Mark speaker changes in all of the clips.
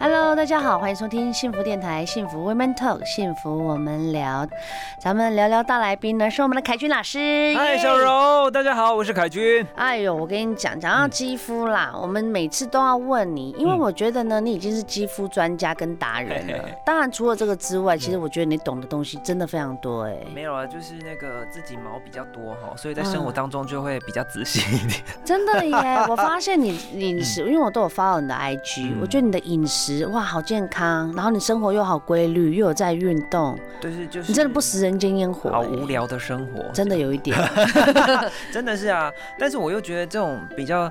Speaker 1: Hello，大家好，欢迎收听幸福电台《幸福 Women Talk》，幸福我们聊。咱们聊聊大来宾呢，是我们的凯君老师。
Speaker 2: 嗨，小
Speaker 1: 耶。
Speaker 2: 柔，大家好，我是凯军。
Speaker 1: 哎呦，我跟你讲，讲到肌肤啦，我们每次都要问你，因为
Speaker 2: 嗯
Speaker 1: 我觉得呢，你已经是肌肤专家跟达人
Speaker 2: 嘿
Speaker 1: 了
Speaker 2: 嘿嘿。
Speaker 1: 当然，除了这个之外，其实我觉得你懂的东西真的非常多哎，
Speaker 2: 没有啊，就是那个自己毛比较多哈，所以在生活当中就会比较仔细一点。
Speaker 1: 真的耶！ 我发现你你饮食，因为我都有 follow 你的 IG，
Speaker 2: 嗯
Speaker 1: 我觉得你的饮食哇好健康，然后你生活又好规律，又有在运动，
Speaker 2: 嗯就是就是，
Speaker 1: 你真的不食人间烟火
Speaker 2: 好
Speaker 1: 哎
Speaker 2: 无，聊的生活，
Speaker 1: 真的有一 点。
Speaker 2: 真的是啊。但是我又觉得这种比较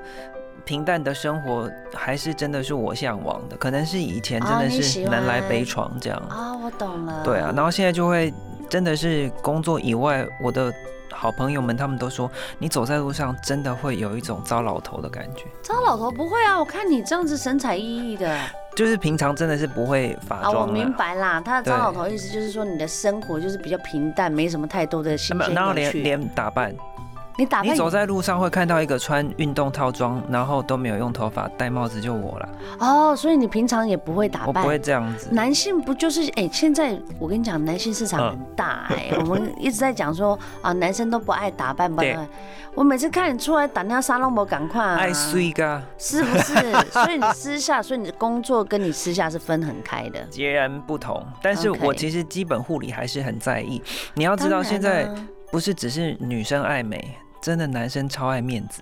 Speaker 2: 平淡的生活，还是真的是我向往的。可能是以前真
Speaker 1: 哦
Speaker 2: 的
Speaker 1: 你
Speaker 2: 是
Speaker 1: 喜
Speaker 2: 南来
Speaker 1: 欢
Speaker 2: 北闯这样，
Speaker 1: 哦，我懂了。
Speaker 2: 对啊。然后现在就会真的是工作以外，我的好朋友们他们都说，你走在路上真的会有一种糟老头的感觉。
Speaker 1: 糟老头不会啊，我看你这样子神采奕奕的。
Speaker 2: 就是平常真的是不会
Speaker 1: 啊，
Speaker 2: 化
Speaker 1: 我
Speaker 2: 妆
Speaker 1: 明
Speaker 2: 的，
Speaker 1: 白啦，他的糟
Speaker 2: 对
Speaker 1: 老头意思就是说你的生活就是比较平淡，没什么太多的新
Speaker 2: 啊没有
Speaker 1: 鲜
Speaker 2: 然后
Speaker 1: 有
Speaker 2: 连
Speaker 1: 趣。
Speaker 2: 连打扮，
Speaker 1: 你打
Speaker 2: 你
Speaker 1: 扮
Speaker 2: 走在路上会看到一个穿运动套装，然后都没有用头发戴帽子就我了，
Speaker 1: 哦，所以你平常也不会打
Speaker 2: 我不
Speaker 1: 扮。
Speaker 2: 会这样子。
Speaker 1: 男性不就是哎、现在我跟你讲，男性市场很大 哎、我们一直在讲说啊，男生都不爱打扮，不爱
Speaker 2: 对
Speaker 1: 打扮。我每次看你出来打那沙龙，我赶快、啊、
Speaker 2: 爱水噶，
Speaker 1: 是不是？所以你私下，所以你的工作跟你私下是分很开 的。
Speaker 2: 截然不同。但是
Speaker 1: OK
Speaker 2: 我其实基本护理还是很在意。你要知
Speaker 1: 当
Speaker 2: 道，
Speaker 1: 然
Speaker 2: 现在
Speaker 1: 啊
Speaker 2: 不是只是女生爱美，真的男生超爱面子。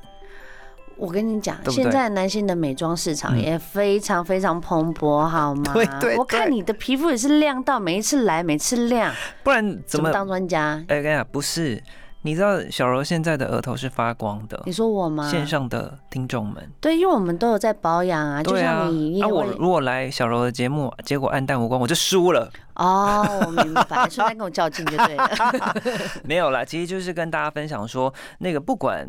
Speaker 1: 我跟你讲，
Speaker 2: 对不对
Speaker 1: 现在男性的美妆市场
Speaker 2: 嗯
Speaker 1: 也非常非常蓬勃，好吗？
Speaker 2: 对对
Speaker 1: 我看
Speaker 2: 对
Speaker 1: 你的皮肤也是亮到，每一次来，每次亮，
Speaker 2: 不然怎
Speaker 1: 怎
Speaker 2: 么？
Speaker 1: 么当专家？
Speaker 2: 哎，跟你讲，不是。你知道小柔现在的额头是发光的，
Speaker 1: 你说我吗？
Speaker 2: 线上的听众们。
Speaker 1: 对，因为我们都有在保养啊，就
Speaker 2: 对啊，
Speaker 1: 像你，你也
Speaker 2: 啊我
Speaker 1: 会
Speaker 2: 如果来小柔的节目，结果暗淡无光，我就输了。
Speaker 1: 哦，我明 白，顺便跟我较劲就对了。
Speaker 2: 没有啦，其实就是跟大家分享说，那个不管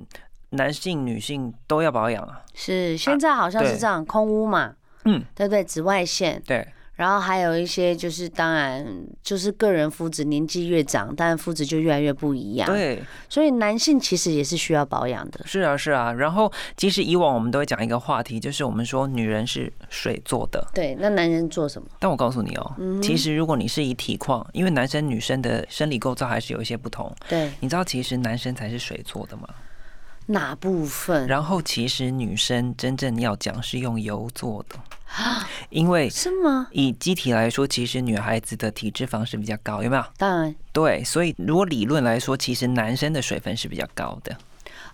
Speaker 2: 男性女性都要保养 啊。
Speaker 1: 是，现在好像是
Speaker 2: 对
Speaker 1: 这样，空屋嘛，
Speaker 2: 嗯，
Speaker 1: 对不对？紫外线，
Speaker 2: 对，
Speaker 1: 然后还有一些就是，当然就是个人肤质，年纪越长，当然肤质就越来越不一样。，
Speaker 2: 对，
Speaker 1: 所以男性其实也是需要保养的。
Speaker 2: 是啊，是啊。然后其实以往我们都会讲一个话题，就是我们说女人是水做的，
Speaker 1: 对，那男人做什么？
Speaker 2: 但我告诉你哦、
Speaker 1: 嗯
Speaker 2: 其实如果你是以体况，因为男生女生的生理构造还是有一些不同。
Speaker 1: 对，
Speaker 2: 你知道其实男生才是水做的吗？
Speaker 1: 哪部分？
Speaker 2: 然后其实女生真正要讲是用油做的，
Speaker 1: 啊
Speaker 2: 因为
Speaker 1: 是吗？
Speaker 2: 以机体来说，其实女孩子的体脂肪是比较高，有没有？
Speaker 1: 当然，
Speaker 2: 对，所以如果理论来说，其实男生的水分是比较高的，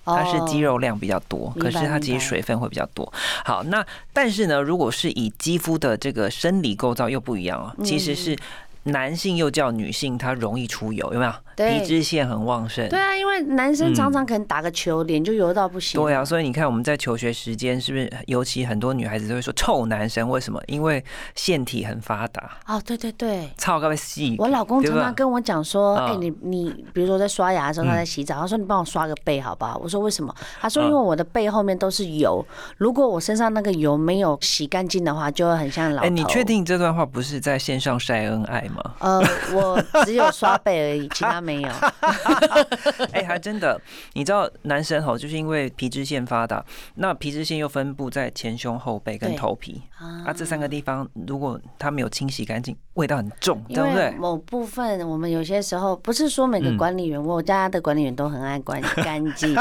Speaker 2: 它是肌
Speaker 1: 肉。
Speaker 2: 肉量比较多，
Speaker 1: 哦明白
Speaker 2: 可是它其
Speaker 1: 明
Speaker 2: 实
Speaker 1: 白
Speaker 2: 水分会比较多。好，那但是呢，如果是以肌肤的这个生理构造又不一样哦，其实
Speaker 1: 嗯
Speaker 2: 是男性又叫女性，它容易出油，有没有？
Speaker 1: 对
Speaker 2: 皮脂腺很旺盛。
Speaker 1: 对啊，因为男生常常可能打个球，脸就油到不行。
Speaker 2: 对啊，，所以你看我们在求学时间，是不是尤其很多女孩子都会说臭男生？为什么？因为腺体很发达，
Speaker 1: 哦，对对对。
Speaker 2: 操个细。
Speaker 1: 我老公
Speaker 2: 对
Speaker 1: 常
Speaker 2: 吧
Speaker 1: 常跟我讲说：“
Speaker 2: 嗯
Speaker 1: 哎、你你，比如说我在刷牙的时候，他在洗澡，他说你帮我刷个背好不好？”我说：“为什么？”他
Speaker 2: 嗯
Speaker 1: 说：“因为我的背后面都是油，如果我身上那个油没有洗干净的话，就会很像老头。”
Speaker 2: 哎，你确？定这段话不是在线上晒恩爱吗？
Speaker 1: 呃，我只有刷背而已，其他没有。
Speaker 2: 哎、还真的，你知道男生吼，就是因为皮脂腺发达，那皮脂腺又分布在前胸、后背跟
Speaker 1: 对
Speaker 2: 头皮啊，
Speaker 1: 啊
Speaker 2: 这三个地方如果它没有清洗干净，味道很重，对
Speaker 1: 因
Speaker 2: 不
Speaker 1: 为
Speaker 2: 对？
Speaker 1: 某部分，我们有些时候不是说每个
Speaker 2: 嗯
Speaker 1: 管理员，我家的管理员都很爱 管干净，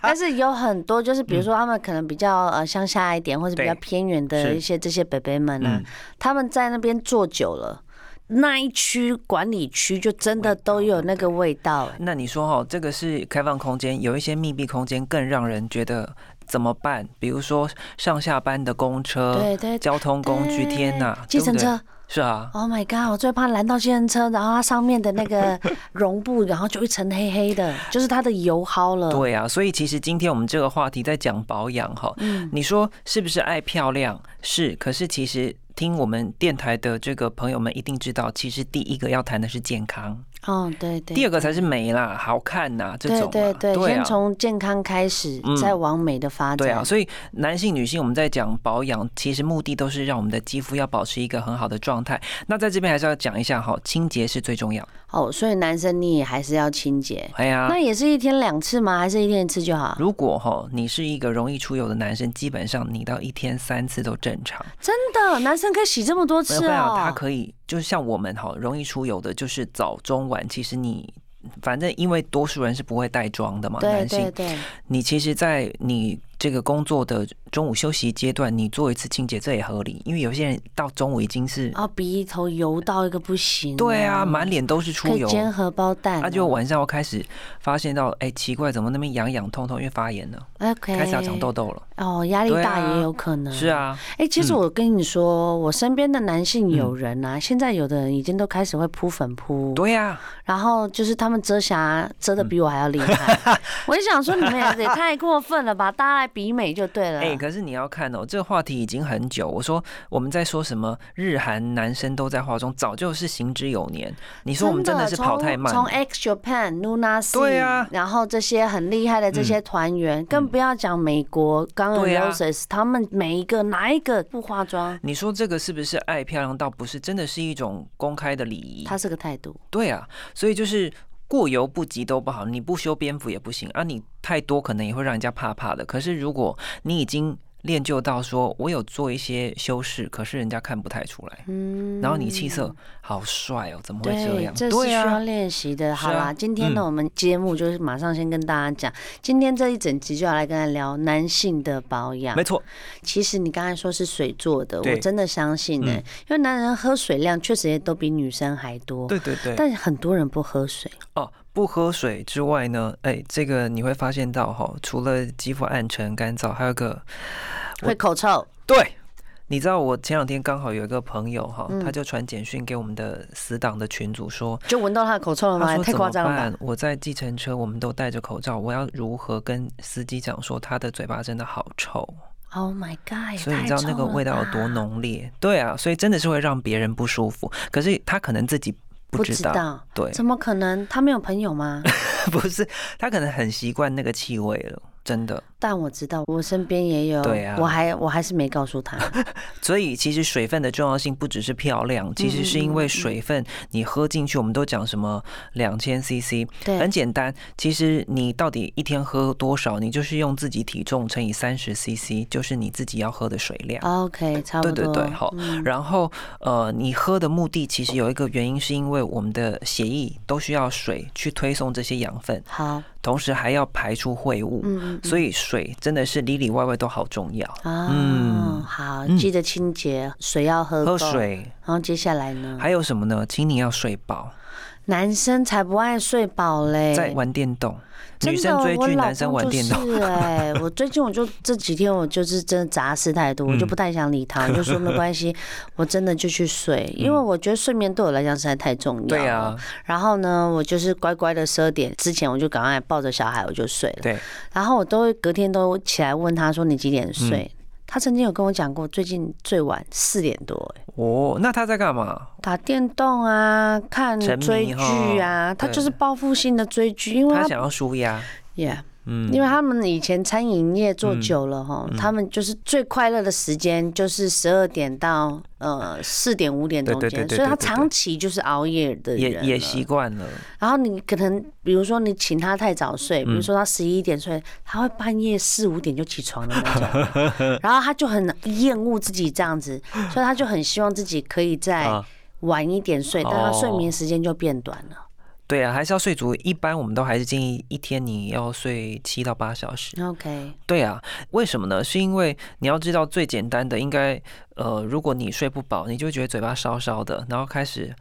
Speaker 1: 但是有很多就是，比如说他们可能比较呃乡下一点，或者比较
Speaker 2: 对
Speaker 1: 偏远的
Speaker 2: 是
Speaker 1: 一些这些北北们啊
Speaker 2: 嗯，
Speaker 1: 他们在那边坐久了，那一区管理区就真的都有那个味道。哎
Speaker 2: 那你说哈，这个是开放空间，有一些密闭空间更让人觉得怎么办？比如说上下班的公车、
Speaker 1: 对对，
Speaker 2: 交通工具，
Speaker 1: 对
Speaker 2: 天哪，
Speaker 1: 计
Speaker 2: 对
Speaker 1: 程
Speaker 2: 呃不对
Speaker 1: 车
Speaker 2: 是啊，
Speaker 1: ，Oh my god！我最怕拦到计程车，然后它上面的那 个绒布，然后就一层黑黑的，就是它的油耗了。
Speaker 2: 对啊，所以其实今天我们这
Speaker 1: 嗯
Speaker 2: 个话题在讲保养哈，你说是不是爱漂亮？是，可是其实听我们电台的这个朋友们一定知道，其实第一个要谈的是健康，
Speaker 1: 哦，对对，
Speaker 2: 第二个才是美啦、好看呐、这
Speaker 1: 对
Speaker 2: 种
Speaker 1: 对
Speaker 2: 啊。
Speaker 1: 对，
Speaker 2: 对
Speaker 1: 先
Speaker 2: 啊。
Speaker 1: 从健康开始，
Speaker 2: 嗯
Speaker 1: 再往美的发展。
Speaker 2: 对啊，所以男性、女性，我们在讲保养，其实目的都是让我们的肌肤要保持一个很好的状态。那在这边还是要讲一下哈，清洁是最重要的。
Speaker 1: 哦，所以男生你也还是要清洁，
Speaker 2: 哎呀
Speaker 1: 那，也是一天两次吗？还是一天一次就好？
Speaker 2: 如果哈你是一个容易出油的男生，基本上你到一天三次都正常。
Speaker 1: 真的，男生可以洗这么多
Speaker 2: 没有
Speaker 1: 次
Speaker 2: 办
Speaker 1: 哦
Speaker 2: 法，。它可以就是像我们哈，容易出油的，就是早中晚。其实你反正因为多数人是不会带妆的嘛，
Speaker 1: 对
Speaker 2: 哦男性
Speaker 1: 对对，
Speaker 2: 你其实，在你这个工作的中午休息阶段，你做一次清洁，这也合理，因为有些人到中午已经是、
Speaker 1: 哦，鼻头油到一个不行、
Speaker 2: 对啊，满脸都是
Speaker 1: 可
Speaker 2: 出
Speaker 1: 以
Speaker 2: 油。
Speaker 1: 煎荷包蛋、哦
Speaker 2: 他、就晚上我开始发现到，哎、奇怪，怎么那边痒痒痛痛，因为发炎了，
Speaker 1: OK，
Speaker 2: 开始要长痘痘了。
Speaker 1: 哦，压力
Speaker 2: 对
Speaker 1: 大
Speaker 2: 啊
Speaker 1: 也有可能。
Speaker 2: 是，啊，
Speaker 1: 哎、其实
Speaker 2: 嗯
Speaker 1: 我跟你说，我身边的男性友人啊，现在有的人已经都开始会铺粉扑，
Speaker 2: 对啊呀、
Speaker 1: 然后就是他们遮瑕遮的比我还要厉 害。我就想说，你们也也太过分了吧？大家来比美就对了。
Speaker 2: 哎、可是你要看哦，这个话题已经很久。我说我们在说什么日韩男生都在化妆，早就是行之有年。你说我们真的是跑太慢
Speaker 1: 从从
Speaker 2: 了，
Speaker 1: X Japan、Luna C，
Speaker 2: 对啊嗯
Speaker 1: 然后这些很厉害的这些团员，更不要讲美国 Guns
Speaker 2: 对
Speaker 1: N'
Speaker 2: 啊
Speaker 1: Roses，、他们每一个哪一个不化妆？
Speaker 2: 你说这个是不是爱漂亮到不是真的是一种公开的礼仪？
Speaker 1: 他是个态度，
Speaker 2: 对啊，所以就是过犹不及都不好，你不修边幅也不行啊，你太多可能也会让人家怕怕的。可是如果你已经练就到说我有做一些修饰，可是人家看不太出来，
Speaker 1: 嗯，
Speaker 2: 然后你气色好帅哦，怎么会这
Speaker 1: 对
Speaker 2: 样，？
Speaker 1: 这是需
Speaker 2: 对
Speaker 1: 要
Speaker 2: 啊，
Speaker 1: 练习的。好
Speaker 2: 是
Speaker 1: 啦，
Speaker 2: 啊
Speaker 1: 今天呢，
Speaker 2: 嗯
Speaker 1: 我们节目就是马上先跟大家讲，今天这一整集就要来跟大家聊男性的保养
Speaker 2: 没。错，
Speaker 1: 其实你刚才说是水做的，我
Speaker 2: 对
Speaker 1: 真的相信呢、
Speaker 2: 嗯
Speaker 1: 因为男人喝水量确实也都比女生还多，
Speaker 2: 对对对。
Speaker 1: 但很多人不喝水。
Speaker 2: 哦，不喝水之外呢，哎，这个你会发现到哈、除了肌肤暗沉、干燥，还有个我
Speaker 1: 会口臭，
Speaker 2: 对，你知道我前两天刚好有一个朋友哈、
Speaker 1: 嗯
Speaker 2: 他就传简讯给我们的死党的群主说，
Speaker 1: 就闻到他的口臭了吗？
Speaker 2: 他
Speaker 1: 也
Speaker 2: 说
Speaker 1: 太
Speaker 2: 怎
Speaker 1: 夸
Speaker 2: 么
Speaker 1: 张了吧！
Speaker 2: 办？我在计程车，我们都戴着口罩，我要如何跟司机讲说他的嘴巴真的好臭？
Speaker 1: Oh my god！
Speaker 2: 所以你知道那个味道有多？浓烈？对啊，所以真的是会让别人不舒服。可是他可能自己不
Speaker 1: 不
Speaker 2: 知
Speaker 1: 知
Speaker 2: 道，
Speaker 1: 道，
Speaker 2: 对，
Speaker 1: 怎么可能？他没有朋友吗？
Speaker 2: 不是他可能很习惯那个气味了，真的。
Speaker 1: 但我知道，我身边也有，
Speaker 2: 对啊
Speaker 1: 我还我还是没告诉 他。
Speaker 2: 所以其实水分的重要性不只是漂
Speaker 1: 嗯
Speaker 2: 亮，其实是因为水分你喝进去，我们都讲什么两千 CC，很
Speaker 1: 对，
Speaker 2: 简单。其实你到底一天喝多少，你就是用自己体重乘以三十 CC，就是你自己要喝的水量。
Speaker 1: OK，差啊不
Speaker 2: 对
Speaker 1: 多。
Speaker 2: 对对，好。
Speaker 1: 嗯
Speaker 2: 然后呃，你喝的目的其实有一个原因，是因为我们的血液都需要水去推送这些养分，
Speaker 1: 好，
Speaker 2: 同时还要排出秽物。
Speaker 1: 嗯，
Speaker 2: 所以水真的是里里外外都好重要，
Speaker 1: 嗯啊，
Speaker 2: 嗯
Speaker 1: 好，
Speaker 2: 嗯
Speaker 1: 记得清洁，水要喝嗯
Speaker 2: 喝
Speaker 1: 够。
Speaker 2: 水，
Speaker 1: 然后接下来呢？
Speaker 2: 还有什么呢？请你要睡饱，
Speaker 1: 男生才不爱睡饱嘞，
Speaker 2: 在玩电动，
Speaker 1: 哎真
Speaker 2: 女
Speaker 1: 的
Speaker 2: 生追
Speaker 1: 我
Speaker 2: 剧，
Speaker 1: 老
Speaker 2: 男生
Speaker 1: 公
Speaker 2: 玩
Speaker 1: 就
Speaker 2: 电动。
Speaker 1: 是哎、我最近我就这几天我就是真的杂事太多，我就
Speaker 2: 嗯
Speaker 1: 不太想理他，我就说没关 系，我真的就去睡，因为我觉得睡眠对我来讲实在太重要。
Speaker 2: 嗯对啊。，
Speaker 1: 然后呢，我就是乖乖的十二点之前我就赶快抱着小孩我就睡了，
Speaker 2: 对，
Speaker 1: 然后我都会隔天都起来问他说你几点睡？
Speaker 2: 嗯
Speaker 1: 他曾经有跟我讲过，最近最晚四点多、哎
Speaker 2: 哦，那他在干嘛？
Speaker 1: 打电动啊，看
Speaker 2: 沉迷
Speaker 1: 追剧啊，
Speaker 2: 哦
Speaker 1: 他
Speaker 2: 对
Speaker 1: 就是报复性的追剧，因为
Speaker 2: 他
Speaker 1: 他
Speaker 2: 想要舒压，
Speaker 1: ，yeah。
Speaker 2: 嗯，
Speaker 1: 因为他们以前餐饮业做久了哈，
Speaker 2: 嗯
Speaker 1: 他们就是最快乐的时间就是十二点到呃四点五点中
Speaker 2: 对对
Speaker 1: 间，
Speaker 2: 对对
Speaker 1: 所以他
Speaker 2: 对对
Speaker 1: 长期就是熬夜的
Speaker 2: 也
Speaker 1: 人
Speaker 2: 也
Speaker 1: 了
Speaker 2: 习惯了，
Speaker 1: 然后你可能比如说你请他太早
Speaker 2: 嗯
Speaker 1: 睡，比如说他十一点睡，他会半夜四五点就起床的那 种，然后他就很厌恶自己这样子，所以他就很希望自己可以再
Speaker 2: 啊
Speaker 1: 晚一点睡，但他睡
Speaker 2: 哦
Speaker 1: 眠时间就变短了。
Speaker 2: 对啊，还是要睡足。一般我们都还是建议一天你要睡七到八小时。
Speaker 1: OK，
Speaker 2: 对啊，为什么呢？是因为你要知道最简单的，应该呃，如果你睡不饱，你就会觉得嘴巴烧烧的，然后开始。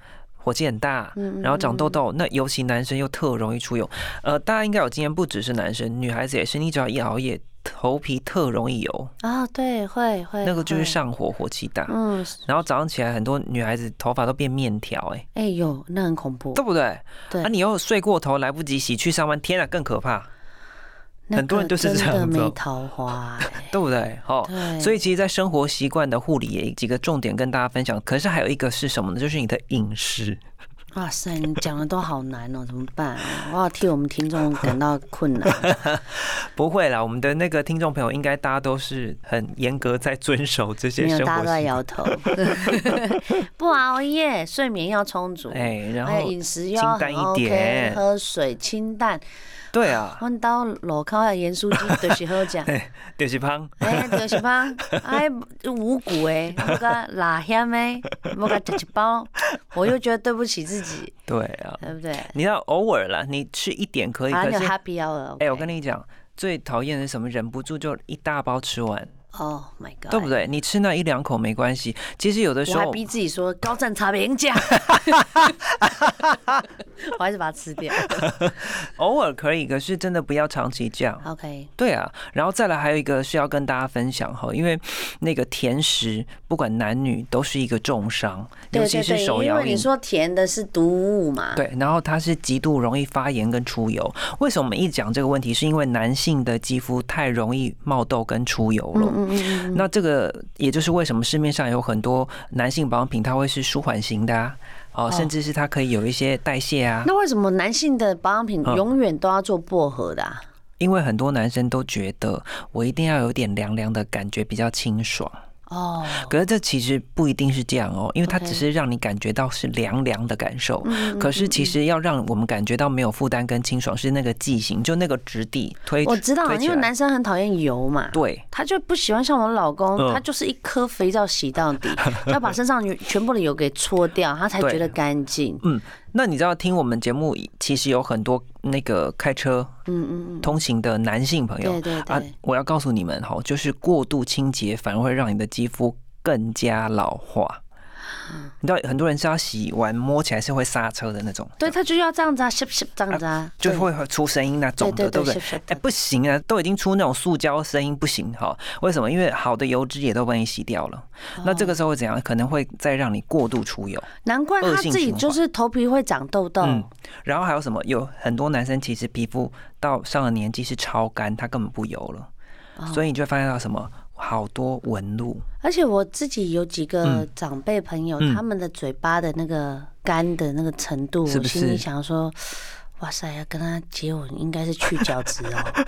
Speaker 2: 火气很大，
Speaker 1: 嗯
Speaker 2: 然后长痘痘，那尤其男生又特容易出油。呃，大家应该有经验，不只是男生，女孩子也是。你只要一熬夜，头皮特容易油，
Speaker 1: 啊、对，会会
Speaker 2: 那个就是
Speaker 1: 会
Speaker 2: 上火，火气大。
Speaker 1: 嗯，
Speaker 2: 然后早上起来，很多女孩子头发都变面条、哎，
Speaker 1: 哎呦，那很恐怖
Speaker 2: 对。不对？
Speaker 1: 哦对
Speaker 2: 啊，你又睡过头，来不及洗，去上班，天啊，更可怕。
Speaker 1: 那
Speaker 2: 很多人
Speaker 1: 个
Speaker 2: 就是这
Speaker 1: 真的
Speaker 2: 样子
Speaker 1: 没
Speaker 2: 哦
Speaker 1: 桃花、欸，
Speaker 2: 对不对？好，
Speaker 1: 对，
Speaker 2: 所以其实，在生活习惯的护理也几个重点跟大家分享。可是还有一个是什么呢？就是你的饮食。
Speaker 1: 哇塞，你讲的都好难哦，怎么办、啊？我要替我们听众感到困 难。
Speaker 2: 不会啦，我们的那个听众朋友应该大家都是很严格在遵守这些
Speaker 1: 没有
Speaker 2: 生，活
Speaker 1: 大家
Speaker 2: 习
Speaker 1: 都在
Speaker 2: 惯。
Speaker 1: 摇 头。不熬夜，睡眠要充足，
Speaker 2: 哎，然
Speaker 1: 还有
Speaker 2: 后
Speaker 1: 饮食要
Speaker 2: 清
Speaker 1: 很
Speaker 2: 淡一
Speaker 1: OK，
Speaker 2: 点
Speaker 1: 喝水清淡。
Speaker 2: 对啊，
Speaker 1: 阮兜路口的盐酥鸡就是好 食，哎、
Speaker 2: 对是胖，
Speaker 1: 就是芳，哎，五谷哎，我甲辣咸的，我甲吃一包，我又觉得对不起自 己，
Speaker 2: 对啊，
Speaker 1: 对不对？
Speaker 2: 你要偶尔啦，你吃一点可以，
Speaker 1: 啊，
Speaker 2: 可
Speaker 1: 你有
Speaker 2: 是
Speaker 1: happy hour，
Speaker 2: 哎，我跟
Speaker 1: 你
Speaker 2: 你讲，最讨厌的是什么？忍不住就一大包吃完，
Speaker 1: ，Oh my god，
Speaker 2: 对不？对？你吃那一两口没关系，其实有的时
Speaker 1: 我还
Speaker 2: 候
Speaker 1: 逼自己说高赞茶评 价，我还是把它吃掉。
Speaker 2: 偶尔可以，可是真的不要长期这样。
Speaker 1: OK，
Speaker 2: 对啊，然后再来还有一个是要跟大家分享哈，因为那个甜食不管男女都是一个重伤，
Speaker 1: 对
Speaker 2: 尤
Speaker 1: 对
Speaker 2: 其是
Speaker 1: 对，
Speaker 2: 手
Speaker 1: 因
Speaker 2: 摇
Speaker 1: 为
Speaker 2: 饮
Speaker 1: 你。说甜的是毒物嘛，
Speaker 2: 对，然后它是极度容易发炎跟出油。为什么我们一讲这个问题，是因为男性的肌肤太容易冒痘跟出油了。
Speaker 1: 嗯，嗯嗯嗯
Speaker 2: 那这个也就是为什么市面上有很多男性保养品，它会是舒缓型的啊，哦，甚至是它可以有一些代谢啊。
Speaker 1: 那为什么男性的保养品
Speaker 2: 嗯
Speaker 1: 永远都要做薄荷的、啊？
Speaker 2: 因为很多男生都觉得我一定要有点凉凉的感觉，比较清爽。
Speaker 1: 哦，
Speaker 2: 可是这其实不一定是这样哦，因为它
Speaker 1: OK
Speaker 2: 只是让你感觉到是凉凉的感受。
Speaker 1: 嗯
Speaker 2: 可是其实要让我们感觉到没有负担跟清爽，是那个剂型，就那个质地推。
Speaker 1: 我知道，啊
Speaker 2: 推起
Speaker 1: 因为
Speaker 2: 来
Speaker 1: 男生很讨厌油嘛，
Speaker 2: 对
Speaker 1: 他就不喜欢像我老公，
Speaker 2: 嗯
Speaker 1: 他就是一颗肥皂洗到 底，要把身上油全部的油给搓掉，他才
Speaker 2: 对
Speaker 1: 觉得干 净。
Speaker 2: 那你知道听我们节目，其实有很多那个开车
Speaker 1: 嗯嗯嗯，
Speaker 2: 通行的男性朋友
Speaker 1: 对对
Speaker 2: 啊
Speaker 1: 对，，
Speaker 2: 我要告诉你们哈，就是过度清洁反而会让你的肌肤更加老化。
Speaker 1: 嗯
Speaker 2: 你知道很多人是要洗完摸起来是会刹车的那种，
Speaker 1: 对他就要这样子啊，咻咻这样子啊，
Speaker 2: 就是会出声音那种
Speaker 1: 对
Speaker 2: 的，
Speaker 1: 对
Speaker 2: 对不对？
Speaker 1: 咻咻
Speaker 2: 哎、
Speaker 1: 的
Speaker 2: 不行啊，都已经出那种塑胶声音，不行哈。为什么？因为好的油脂也都帮你洗掉了。
Speaker 1: 哦
Speaker 2: 那这个时候会怎样？可能会再让你过度出油。
Speaker 1: 难怪
Speaker 2: 恶
Speaker 1: 他
Speaker 2: 性
Speaker 1: 自己
Speaker 2: 循环
Speaker 1: 就是头皮会长痘痘。
Speaker 2: 嗯，然后还有什么？有很多男生其实皮肤到上了年纪是超干，他根本不油了，
Speaker 1: 哦
Speaker 2: 所以你就会发现到什么？好多纹路，
Speaker 1: 而且我自己有几个
Speaker 2: 嗯
Speaker 1: 长辈朋友，
Speaker 2: 嗯
Speaker 1: 他们的嘴巴的那个干的那个程度，
Speaker 2: 是
Speaker 1: 我
Speaker 2: 不
Speaker 1: 心里
Speaker 2: 是
Speaker 1: 想说，哇塞，要跟他接吻应该是去角质 哦，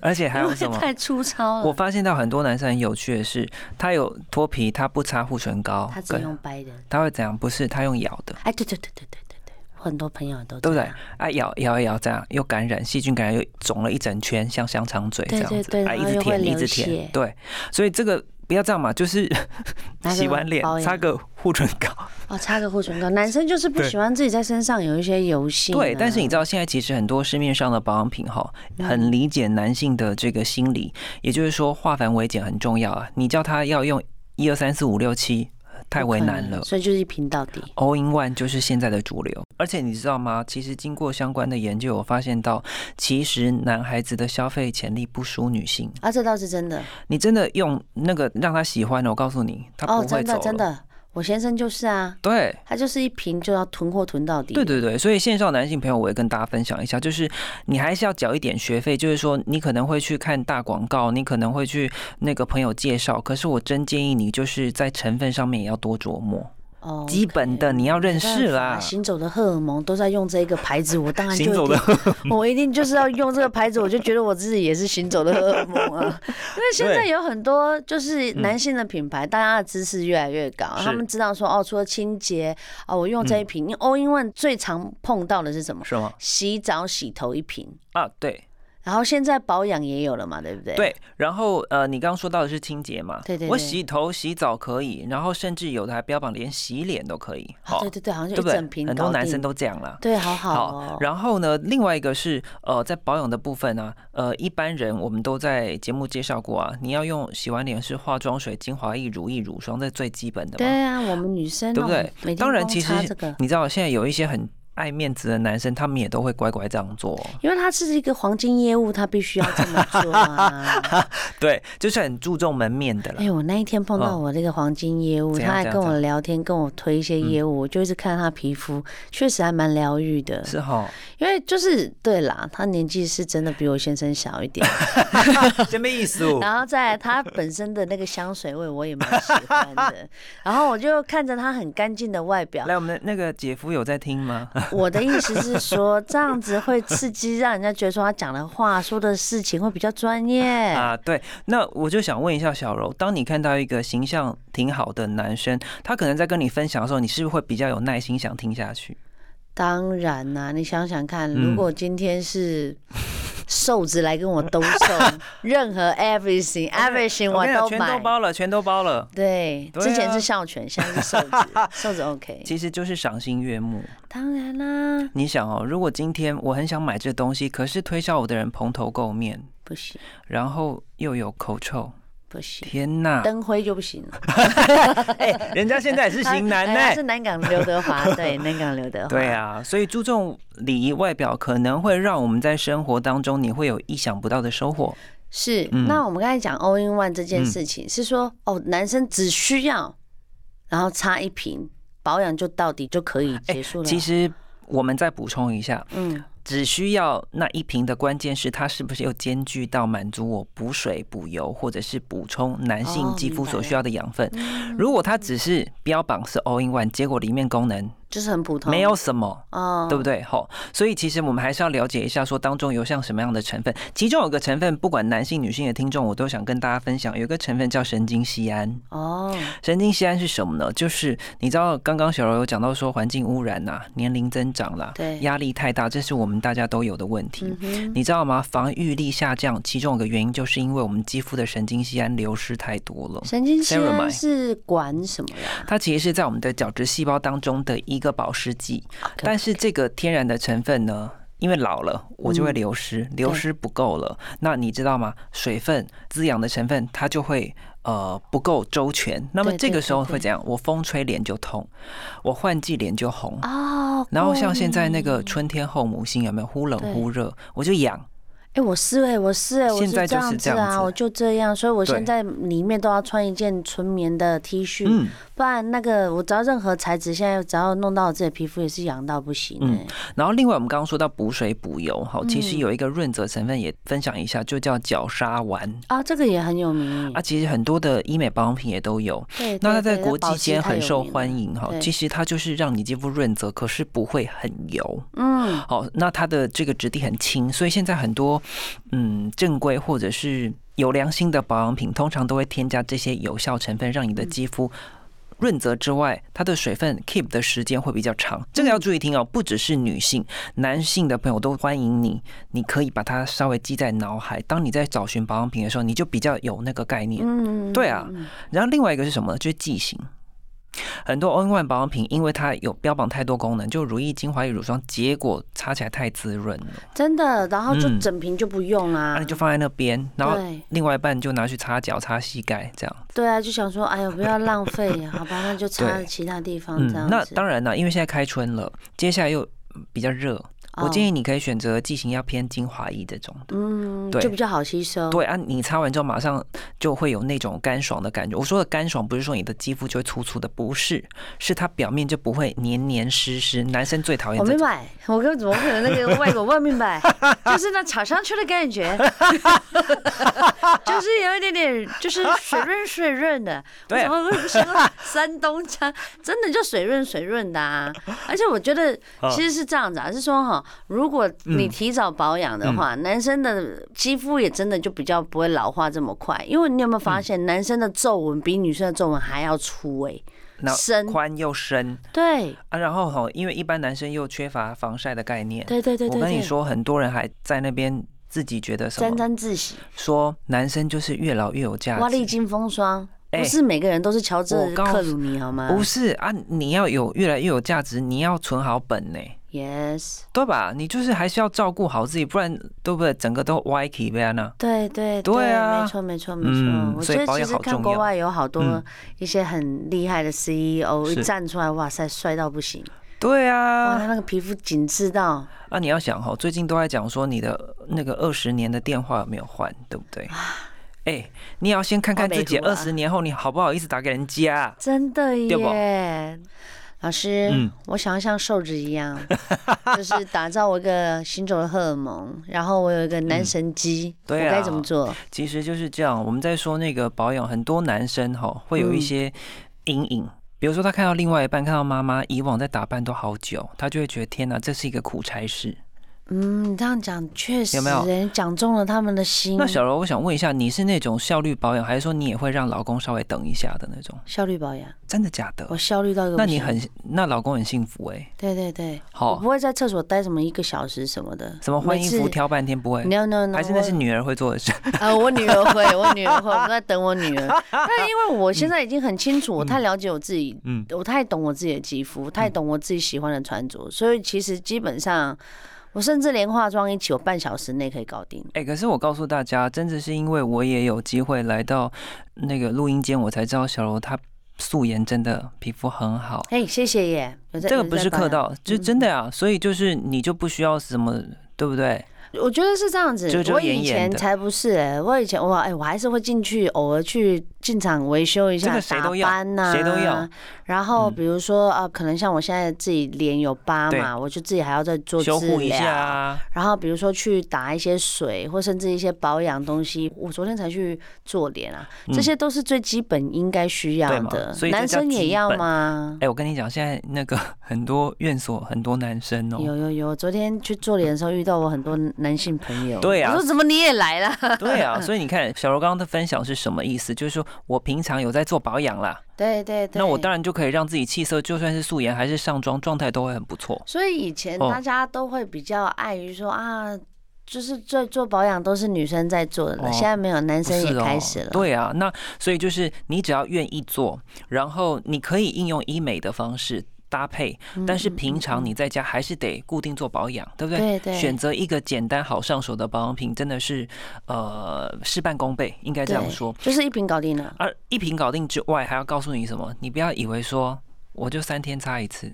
Speaker 2: 而且还
Speaker 1: 因
Speaker 2: 有
Speaker 1: 为
Speaker 2: 什 么？
Speaker 1: 太粗糙
Speaker 2: 我
Speaker 1: 了。
Speaker 2: 发现到很多男生很有趣的是，他有脱皮，他不擦护唇膏，
Speaker 1: 他只
Speaker 2: 跟
Speaker 1: 用掰的，
Speaker 2: 他会怎样？不是，他用咬的。
Speaker 1: 哎，对对对对对对对，我很多朋友都
Speaker 2: 对不
Speaker 1: 这
Speaker 2: 对
Speaker 1: 样？
Speaker 2: 啊，咬咬一咬，这样又感染细菌感染，又肿了一整圈，像香肠嘴这
Speaker 1: 对
Speaker 2: 样子，
Speaker 1: 对对
Speaker 2: 啊，
Speaker 1: 然
Speaker 2: 一
Speaker 1: 后
Speaker 2: 直
Speaker 1: 又会
Speaker 2: 舔，一
Speaker 1: 流
Speaker 2: 直
Speaker 1: 血
Speaker 2: 舔，对，所以这个不要这样嘛，就是
Speaker 1: 拿个
Speaker 2: 洗完脸
Speaker 1: 保养
Speaker 2: 擦个护唇膏，
Speaker 1: 哦，擦个护唇膏，男生就是不
Speaker 2: 对
Speaker 1: 喜欢自己在身上有一些油性啊。嗯
Speaker 2: 对。但是你知道，现在其实很多市面上的保养品哈，很理解男性的这个心理，也就是说化繁为简很重要啊。你叫他要用一二三四五六七，太
Speaker 1: 不
Speaker 2: 为
Speaker 1: 可
Speaker 2: 难
Speaker 1: 能
Speaker 2: 了。
Speaker 1: 所以就是一瓶到底。
Speaker 2: All in one 就是现在的主流，而且你知道吗？其实经过相关的研究，我发现到，其实男孩子的消费潜力不输女性。
Speaker 1: 啊，这倒是真的
Speaker 2: 你真的用那个让他喜欢的，我告诉你，他
Speaker 1: 哦，
Speaker 2: 不会
Speaker 1: 真
Speaker 2: 走
Speaker 1: 的
Speaker 2: 了。
Speaker 1: 真的，我先生就是啊，
Speaker 2: 对。
Speaker 1: 他就是一瓶就要囤货囤到底。
Speaker 2: 对对对，所以线上男性朋友，我也跟大家分享一下，就是你还是要缴一点学费，就是说你可能会去看大广告，你可能会去那个朋友介绍，可是我真建议你就是在成分上面也要多琢磨，
Speaker 1: 哦，
Speaker 2: 基本的你要认识啦。
Speaker 1: 行走的荷尔蒙都在用这一个牌子，我当然就
Speaker 2: 行走的
Speaker 1: 一定 我一定就是要用这个牌子，我就觉得我自己也是行走的荷尔蒙 啊。因为现在
Speaker 2: 对
Speaker 1: 有很多就是男性的品牌，大家的知识越来越高，
Speaker 2: 是
Speaker 1: 他们知道说哦，除了清洁哦，我用这一
Speaker 2: 嗯
Speaker 1: 瓶，因为 all in one 最常碰到的是什么？
Speaker 2: 是吗？
Speaker 1: 洗澡洗头一瓶，
Speaker 2: 啊，对，
Speaker 1: 然后现在保养也有了嘛，对不对？，
Speaker 2: 对，然后呃，你刚刚说到的是清洁嘛？
Speaker 1: 对对
Speaker 2: 我
Speaker 1: 对
Speaker 2: 洗头、洗澡可以，然后甚至有的还标榜连洗脸都可以，
Speaker 1: 啊、对对对，好像
Speaker 2: 对
Speaker 1: 一
Speaker 2: 不对
Speaker 1: 整瓶
Speaker 2: 很
Speaker 1: 搞
Speaker 2: 多男生
Speaker 1: 定
Speaker 2: 都这样啦。
Speaker 1: 对，好好哦。
Speaker 2: 然后呢，另外一个是呃，在保养的部分呢、呃，一般人我们都在节目介绍过啊，你要用洗完脸是化妆水、精华液、乳液、乳霜，这最基本的
Speaker 1: 对
Speaker 2: 嘛。
Speaker 1: 啊，我们女生
Speaker 2: 对不
Speaker 1: 哦
Speaker 2: 对
Speaker 1: 每天
Speaker 2: 当然
Speaker 1: 光
Speaker 2: 其
Speaker 1: 擦
Speaker 2: 实
Speaker 1: 这个
Speaker 2: 你知道现在有一些很爱面子的男生，他们也都会乖乖这样做。
Speaker 1: 因为他是一个黄金业务，他必须要这么做啊。
Speaker 2: 对，就是很注重门面的啦
Speaker 1: 哎、。我那一天碰到我那个黄金业务，
Speaker 2: 怎
Speaker 1: 他
Speaker 2: 样
Speaker 1: 还
Speaker 2: 怎样
Speaker 1: 跟
Speaker 2: 怎
Speaker 1: 我
Speaker 2: 样嗯
Speaker 1: 聊天，跟我推一些业务，我就一直看他皮肤，确实还蛮疗愈的。
Speaker 2: 是哈，
Speaker 1: 因为就是对啦，他年纪是真的比我先生小一 点，
Speaker 2: 什么意 思？
Speaker 1: 然后再来他本身的那个香水味我也蛮喜欢 的，然后我就看着他很干净的外表，
Speaker 2: 来，我们的那个姐夫有在 听吗？
Speaker 1: 我的意思是说，这样子会刺激，让人家觉得说他讲的话、说的事情会比较专业。
Speaker 2: 啊，对，那我就想问一下小柔，当你看到一个形象挺好的男生，他可能在跟你分享的时候，你是不是会比较有耐心想听下去？
Speaker 1: 当然啦、你想想看，
Speaker 2: 嗯
Speaker 1: 如果今天是瘦子来跟我兜售 任何 everything everything
Speaker 2: 我
Speaker 1: 我
Speaker 2: 跟你讲
Speaker 1: 都
Speaker 2: 全都
Speaker 1: 买。
Speaker 2: 包了，全都包了，
Speaker 1: 对，
Speaker 2: 对啊
Speaker 1: 之前是孝犬，现在是瘦 子，瘦子 OK。
Speaker 2: 其实就是赏心悦目。
Speaker 1: 当然啦，
Speaker 2: 你想哦，如果今天我很想买这东西，可是推销我的人蓬头垢面，
Speaker 1: 不行
Speaker 2: 然后又有口臭，
Speaker 1: 不 行，
Speaker 2: 天哪！
Speaker 1: 灯辉就不行了。
Speaker 2: 哎、人家现在也是型 男
Speaker 1: 他
Speaker 2: 呢、
Speaker 1: 哎他是南港刘德 华，对，南港刘德华。
Speaker 2: 对啊，所以注重礼仪外表，可能会让我们在生活当中你会有意想不到的收获。
Speaker 1: 是，
Speaker 2: 嗯
Speaker 1: 那我们刚才讲 all in one 这件
Speaker 2: 嗯
Speaker 1: 事情，是说哦，男生只需要然后擦一瓶保养就到底就可以结束了。
Speaker 2: 哎其，实我们再补充一下，
Speaker 1: 嗯，
Speaker 2: 只需要那一瓶的关键是它是不是有兼具到满足我补水、补油，或者是补充男性
Speaker 1: 哦
Speaker 2: 肌
Speaker 1: 明
Speaker 2: 肤
Speaker 1: 白嗯
Speaker 2: 所
Speaker 1: 了
Speaker 2: 需要的养分。如果它只是标榜是 all in one，结果里面功能
Speaker 1: 就是很普通，
Speaker 2: 没有什么。
Speaker 1: 哦，
Speaker 2: 对不对？吼，所以其实我们还是要了解一下，说当中有像什么样的成分，其中有个成分，不管男性、女性的听众，我都想跟大家分享，有一个成分叫神经酰胺。
Speaker 1: 哦，
Speaker 2: 神经酰胺是什么呢？就是你知道，刚刚小柔有讲到说环境污染呐、年龄增长啦、
Speaker 1: 对
Speaker 2: 压力太大，这是我们大家都有的问题。
Speaker 1: 嗯哼，
Speaker 2: 你知道吗？防御力下降，其中有个原因就是因为我们肌肤的神经酰胺流失太多了。
Speaker 1: 神经酰
Speaker 2: Ceramide
Speaker 1: 胺是管什么呀？
Speaker 2: 它其实是在我们的角质细胞当中的一个保湿剂，
Speaker 1: OK
Speaker 2: 但是这个天然的成分呢，因为老了我就会流
Speaker 1: 嗯
Speaker 2: 失，流失不够了，那你知道吗？水分滋养的成分它就会呃不够周全，那么
Speaker 1: 对
Speaker 2: 这
Speaker 1: 对
Speaker 2: 个时候
Speaker 1: 对对
Speaker 2: 会怎样？我风吹脸就痛，我换季脸就红，
Speaker 1: 哦，
Speaker 2: 然后像现在那个春天后母心有没有忽冷忽热，我就痒。
Speaker 1: 哎，我是哎，我是哎，我
Speaker 2: 现在
Speaker 1: 这
Speaker 2: 就是
Speaker 1: 样
Speaker 2: 这
Speaker 1: 子
Speaker 2: 样
Speaker 1: 啊，
Speaker 2: 子
Speaker 1: 我就这样，所以我
Speaker 2: 对
Speaker 1: 现在里面都要穿一件纯棉的 T 恤，
Speaker 2: 嗯，
Speaker 1: 不然那个我只要任何材质，现在只要弄到我自己的皮肤也是痒到不行
Speaker 2: 嗯
Speaker 1: 哎。
Speaker 2: 然后另外我们刚刚说到补水补油哈，其
Speaker 1: 嗯
Speaker 2: 实有一个润泽成分也分享一下，就叫角鲨烷。
Speaker 1: 啊，这个也很有名
Speaker 2: 啊，其实很多的医美保养品也都有。
Speaker 1: 对，
Speaker 2: 那它
Speaker 1: 对
Speaker 2: 在
Speaker 1: 对
Speaker 2: 国
Speaker 1: 保
Speaker 2: 际
Speaker 1: 湿
Speaker 2: 间
Speaker 1: 太
Speaker 2: 很
Speaker 1: 有
Speaker 2: 受
Speaker 1: 名
Speaker 2: 欢
Speaker 1: 了。
Speaker 2: 迎哈
Speaker 1: 对，
Speaker 2: 其实它就是让你肌肤润泽，可是不会很油。
Speaker 1: 嗯，
Speaker 2: 好，那它的这个质地很轻，所以现在很多嗯正规或者是有良心的保养品，通常都会添加这些有效成分，让你的肌肤。润泽之外，它的水分 keep 的时间会比较长，这个要注意听哦。不只是女性，男性的朋友都欢迎你，你可以把它稍微记在脑海。当你在找寻保养品的时候，你就比较有那个概念。
Speaker 1: 嗯，
Speaker 2: 对啊
Speaker 1: 嗯，
Speaker 2: 然后另外一个是什么呢？就是剂型。很多 O N One 保养品，因为它有标榜太多功能，就乳液、精华液、乳霜，结果擦起来太滋润了，
Speaker 1: 真的，然后就
Speaker 2: 嗯
Speaker 1: 整瓶就不用
Speaker 2: 那、
Speaker 1: 啦，
Speaker 2: 你就放在那边，然后
Speaker 1: 嗯对
Speaker 2: 另外一半就拿去擦脚、擦膝盖这样。
Speaker 1: 对啊，就想说，哎呀，不要浪费，好吧，那就擦
Speaker 2: 对
Speaker 1: 其他地方这
Speaker 2: 嗯，
Speaker 1: 样
Speaker 2: 那
Speaker 1: 子。
Speaker 2: 当然了，因为现在开春了，接下来又嗯比较热，我建
Speaker 1: 议，
Speaker 2: 议你可以选择剂型要偏精华液这种的。
Speaker 1: 哦嗯，
Speaker 2: 对
Speaker 1: 就比较好吸收。
Speaker 2: 对啊，你擦完之后马上就会有那种干爽的感觉。我说的干爽不是说你的肌肤就会粗粗的，不是，是它表面就不会黏黏湿湿。男生最讨厌
Speaker 1: 我
Speaker 2: 这种
Speaker 1: 明。白，我跟怎么可能那个外国我明白，就是那草上去的感觉， 就是有一点点就是水润水润的。我
Speaker 2: 对
Speaker 1: 怎
Speaker 2: 啊
Speaker 1: 么会说山东腔？真的就水润水润的 啊！而且我觉得
Speaker 2: 嗯
Speaker 1: 其实是这样子啊，是说哈，如果你提早保养的话，
Speaker 2: 嗯
Speaker 1: 男生的肌肤也真的就比较不会老化这么快。因为你有没有发
Speaker 2: 嗯
Speaker 1: 现，男生的皱纹比女生的皱纹还要粗哎、
Speaker 2: 然后
Speaker 1: 深
Speaker 2: 宽又深
Speaker 1: 对
Speaker 2: 啊，然后吼，因为一般男生又缺乏防晒的概念，
Speaker 1: 对对对对对，
Speaker 2: 我跟你，说，很多人还在那边自己觉得什
Speaker 1: 沾
Speaker 2: 么，
Speaker 1: 沾自喜。
Speaker 2: 说男生就是越老越有价
Speaker 1: 哇，历
Speaker 2: 值，
Speaker 1: 经风霜，
Speaker 2: 哎
Speaker 1: 不是每个人都是乔治
Speaker 2: 我告诉
Speaker 1: 克鲁尼好吗
Speaker 2: 不是啊，你要有越来越有价值，你要存好本呢、
Speaker 1: ？Yes，
Speaker 2: 对吧？你就是还是要照顾好自己，不然对不对？整个都歪起呗呢。
Speaker 1: 对对
Speaker 2: 对啊
Speaker 1: 没错没错没
Speaker 2: 嗯
Speaker 1: 错。我
Speaker 2: 所
Speaker 1: 觉得
Speaker 2: 以保
Speaker 1: 其
Speaker 2: 养
Speaker 1: 实
Speaker 2: 好
Speaker 1: 看
Speaker 2: 重
Speaker 1: 国
Speaker 2: 要
Speaker 1: 外有好多
Speaker 2: 嗯
Speaker 1: 一些很厉害的 CEO 一
Speaker 2: 是啊
Speaker 1: 站出来，哇塞，帅到不行。
Speaker 2: 对
Speaker 1: 哇，
Speaker 2: 啊，
Speaker 1: 他那个皮肤紧致到
Speaker 2: 啊，你要想哈、哦，最近都在讲说你的那个二十年的电话有没有换，对不对？
Speaker 1: 啊
Speaker 2: 哎、你也要先看看自己
Speaker 1: 画美
Speaker 2: 二
Speaker 1: 图啊
Speaker 2: 十年后你好不好意思打给人家啊、
Speaker 1: 真的
Speaker 2: 对不
Speaker 1: 耶！老师，
Speaker 2: 嗯
Speaker 1: 我想要像瘦子一样，就是 打造我一个行走的荷尔蒙，然后我有一个男神肌，
Speaker 2: 嗯对
Speaker 1: 我
Speaker 2: 啊
Speaker 1: 该怎么做？
Speaker 2: 其实就是这样。我们在说那个保养，很多男生哈会有一
Speaker 1: 嗯
Speaker 2: 些阴影，比如说他看到另外一半，看到妈妈以往在打扮都好久，他就会觉得天哪，这是一个苦差事。
Speaker 1: 嗯，你这样讲确实，
Speaker 2: 有没有
Speaker 1: 人讲中了他们的心。
Speaker 2: 那小柔，我想问一下，你是那种效率保养，还是说你也会让老公稍微等一下的那种？
Speaker 1: 效率保养，
Speaker 2: 真的假的
Speaker 1: 嗯我？效率到一个不行。
Speaker 2: 那你很，那老公很幸福哎、
Speaker 1: 对对对，我
Speaker 2: 好
Speaker 1: 不，会在厕所待什么一个小时什么的。
Speaker 2: 哦什么换衣服挑半天不会，
Speaker 1: ？No No No，
Speaker 2: 还是那是
Speaker 1: 我
Speaker 2: 女儿会做的事？
Speaker 1: 啊，我女儿会，我女儿会，我在等我女 儿。但因为我现在已经很清楚，我太了解我自己，
Speaker 2: 嗯
Speaker 1: 我太懂我自己的肌肤，太懂我自己喜欢的穿着，所以其实基本上，我甚至连化妆一起，我半小时内可以搞定。
Speaker 2: 哎、可是我告诉大家，真的是因为我也有机会来到那个录音间，我才知道小柔她素颜真的皮肤很好。
Speaker 1: 哎，谢谢耶，有在
Speaker 2: 这个不是客，套，就
Speaker 1: 嗯
Speaker 2: 真的啊，所以就是你就不需要什么，对不对？
Speaker 1: 有在保养我觉得是这样子
Speaker 2: 遮。遮
Speaker 1: 我
Speaker 2: 掩
Speaker 1: 以
Speaker 2: 掩
Speaker 1: 前
Speaker 2: 的
Speaker 1: 才不是哎，我以前我哎，我还是会进去偶尔去进厂维修一
Speaker 2: 这
Speaker 1: 下，
Speaker 2: 个谁
Speaker 1: 打
Speaker 2: 都要
Speaker 1: 扮呐，
Speaker 2: 谁都要。
Speaker 1: 然后
Speaker 2: 嗯
Speaker 1: 比如说啊，可能像我现在自己脸有疤
Speaker 2: 对
Speaker 1: 嘛，我就自己还要再做
Speaker 2: 修
Speaker 1: 治
Speaker 2: 护一
Speaker 1: 疗
Speaker 2: 下啊，
Speaker 1: 然后比如说去打一些水，或甚至一些保养东西。我昨天才去做脸啊，
Speaker 2: 嗯
Speaker 1: 这些都是最基本应该需要
Speaker 2: 对嘛
Speaker 1: 的。
Speaker 2: 所以这
Speaker 1: 男
Speaker 2: 叫
Speaker 1: 生也
Speaker 2: 基
Speaker 1: 要
Speaker 2: 本
Speaker 1: 吗
Speaker 2: 哎、？我跟你讲，现在那个 很多院所很多男生哦、
Speaker 1: 有有有，昨天去做脸的时候遇到我很多男性朋友，
Speaker 2: 对啊
Speaker 1: 我说怎么你也来了？
Speaker 2: 对啊，所以你看小柔刚刚的分享是什么意思？就是说我平常有在做保养啦，
Speaker 1: 对对对，
Speaker 2: 那我当然就可以让自己气色，就算是素颜还是上妆，状态都会很不错。
Speaker 1: 所以以前
Speaker 2: 哦
Speaker 1: 大家都会比较碍于说啊，就是做做保养都是女生在做的了，
Speaker 2: 哦
Speaker 1: 现在没有，男生也
Speaker 2: 是哦
Speaker 1: 开始了。
Speaker 2: 对啊，那所以就是你只要愿意做，然后你可以应用医美的方式搭配，
Speaker 1: 嗯
Speaker 2: 但是
Speaker 1: 嗯
Speaker 2: 平
Speaker 1: 嗯
Speaker 2: 常你在家还是得固定做保养，对不对？
Speaker 1: 对对
Speaker 2: 选择一个简单好上手的保养品，真的是呃事半功倍，应该这样
Speaker 1: 对
Speaker 2: 说。
Speaker 1: 就是一瓶搞定了。
Speaker 2: 而一瓶搞定之外，还要告诉你什么？你不要以为说我就三天擦一次，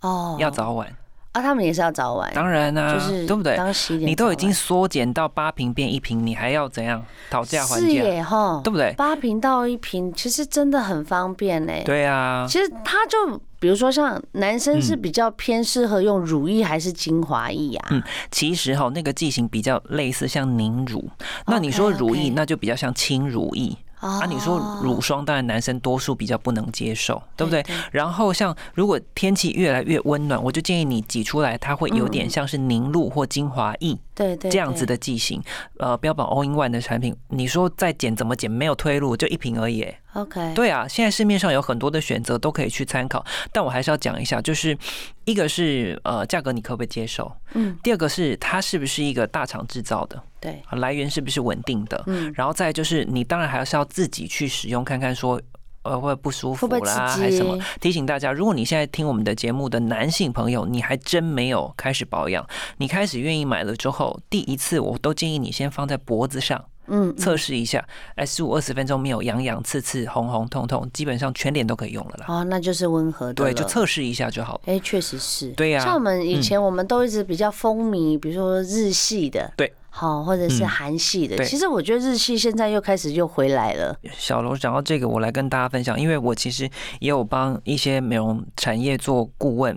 Speaker 1: 哦，
Speaker 2: 要早晚，
Speaker 1: 啊，他们也是要早晚，
Speaker 2: 当然啦、
Speaker 1: 就是
Speaker 2: 对不对？
Speaker 1: 当洗脸
Speaker 2: 你都已
Speaker 1: 早
Speaker 2: 经
Speaker 1: 晚
Speaker 2: 缩减到八瓶变一瓶，你还要怎样讨价还
Speaker 1: 是
Speaker 2: 价？
Speaker 1: 耶哈，
Speaker 2: 对不对？
Speaker 1: 八瓶到一瓶，其实真的很方便嘞。，
Speaker 2: 对啊，
Speaker 1: 其实它就比如说像男生是
Speaker 2: 嗯
Speaker 1: 比较偏适合用乳液还是精华液啊？
Speaker 2: 嗯其实哈、那个剂型比较类似，像凝乳。那你说乳液
Speaker 1: OK，OK
Speaker 2: 那就比较像轻乳液。啊，
Speaker 1: 啊
Speaker 2: 你说乳霜，当然男生多数比较不能接
Speaker 1: 哦
Speaker 2: 受，对不对？然后像如果天气越来越温暖，我就建议你挤出来，它会有点像是凝露或精华液
Speaker 1: 对嗯对，
Speaker 2: 这样子
Speaker 1: 的。
Speaker 2: 的剂型。呃，标榜 All in One 的产品，你说再减怎么减？没有退路，就一瓶而已耶。
Speaker 1: OK，
Speaker 2: 对啊，现在市面上有很多的选择都可以去参考，但我还是要讲一下，就是一个是呃价格你可不可以接受，
Speaker 1: 嗯，
Speaker 2: 第二个是它是不是一个大厂制造的，
Speaker 1: 对，
Speaker 2: 来源是不是稳定的，
Speaker 1: 嗯，
Speaker 2: 然后再就是你当然还是要自己去使用看看说。呃，会不会不舒服
Speaker 1: 会不会刺
Speaker 2: 啦，
Speaker 1: 激
Speaker 2: 还是什么？提醒大家，如果你现在听我们的节目的男性朋友，你还真没有开始保养，你开始愿意买了之后，第一次我都建议你先放在脖子上
Speaker 1: 嗯，
Speaker 2: 测试一下，哎，十五二十分钟没有痒痒、刺刺、红红、痛痛，基本上全脸都可以用了啦。
Speaker 1: 哦，那就是温和的了。
Speaker 2: 对，就测试一下就好了。
Speaker 1: 哎，确实是。
Speaker 2: 对呀
Speaker 1: 像我们以
Speaker 2: 嗯
Speaker 1: 前我们都一直比较风靡，比如说日系的，
Speaker 2: 对，
Speaker 1: 好，或者是
Speaker 2: 嗯
Speaker 1: 韩系的。
Speaker 2: 对
Speaker 1: 其实我觉得日系现在又开始又回来了。
Speaker 2: 小楼讲到这个，我来跟大家分享，因为我其实也有帮一些美容产业做顾问。